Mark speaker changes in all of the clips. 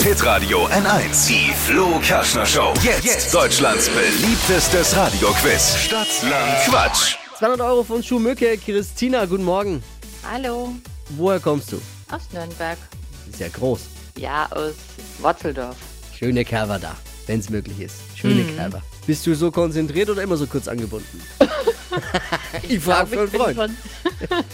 Speaker 1: Hitradio N1. Die Flo Kaschner Show. Jetzt, Deutschlands beliebtestes Radioquiz. Stadt, Land, Quatsch.
Speaker 2: 200 Euro von Schuhmücke. Christina, guten Morgen.
Speaker 3: Hallo,
Speaker 2: Woher kommst du?
Speaker 3: aus Nürnberg.
Speaker 2: Ist ja groß.
Speaker 3: Ja, aus Watzeldorf.
Speaker 2: Schöne Cover da, wenn es möglich ist. Schöne Cover. Bist du so konzentriert oder immer so kurz angebunden? ich frage für einen
Speaker 3: bin,
Speaker 2: Freund.
Speaker 3: kon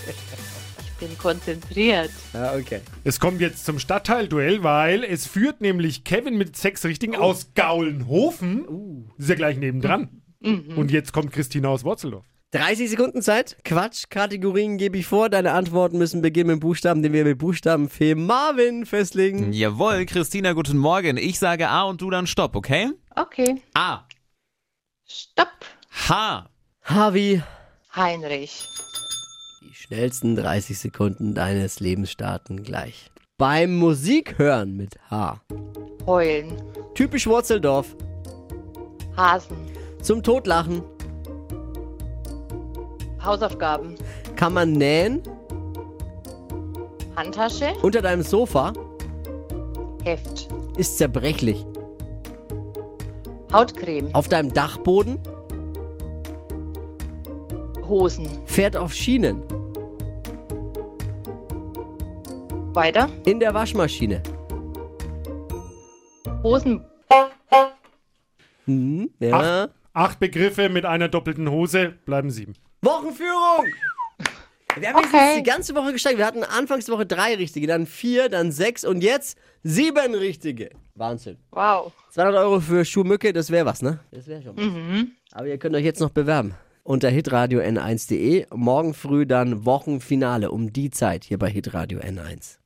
Speaker 3: ich bin konzentriert.
Speaker 2: Ja, Ah, okay.
Speaker 4: Es kommt jetzt zum Stadtteilduell, weil es führt nämlich Kevin mit sechs Richtigen aus Gaulenhofen. Ist ja gleich nebendran. Und jetzt kommt Christina aus Wurzeldorf.
Speaker 2: 30 Sekunden Zeit. Quatsch. Kategorien gebe ich vor. Deine Antworten müssen beginnen mit Buchstaben, den wir mit Buchstabenfee Marvin festlegen.
Speaker 5: Jawohl, Christina, guten Morgen. Ich sage A und du dann Stopp, okay?
Speaker 3: Okay,
Speaker 5: A.
Speaker 3: stopp.
Speaker 5: H.
Speaker 2: Harvey,
Speaker 3: Heinrich.
Speaker 2: die schnellsten 30 Sekunden deines Lebens starten gleich. Beim Musikhören mit H.
Speaker 3: Heulen.
Speaker 2: Typisch Wurzeldorf.
Speaker 3: Hasen.
Speaker 2: Zum Totlachen.
Speaker 3: Hausaufgaben.
Speaker 2: Kann man nähen.
Speaker 3: Handtasche.
Speaker 2: Unter deinem Sofa.
Speaker 3: Heft.
Speaker 2: Ist zerbrechlich.
Speaker 3: Hautcreme.
Speaker 2: Auf deinem Dachboden.
Speaker 3: Hosen.
Speaker 2: Fährt auf Schienen.
Speaker 3: Weiter.
Speaker 2: In der Waschmaschine.
Speaker 3: Hosen.
Speaker 2: Ja.
Speaker 4: Acht Begriffe mit einer doppelten Hose bleiben sieben.
Speaker 2: Wochenführung! Wir haben
Speaker 3: Okay.
Speaker 2: jetzt die ganze Woche gesteigert. Wir hatten Anfangswoche drei richtige, dann vier, dann sechs und jetzt sieben richtige. Wahnsinn.
Speaker 3: Wow.
Speaker 2: 200 Euro für Schuhmücke, das wäre was, ne? Das wäre schon was. Aber ihr könnt euch jetzt noch bewerben. Unter hitradio n1.de. Morgen früh dann Wochenfinale um die Zeit hier bei hitradio n1.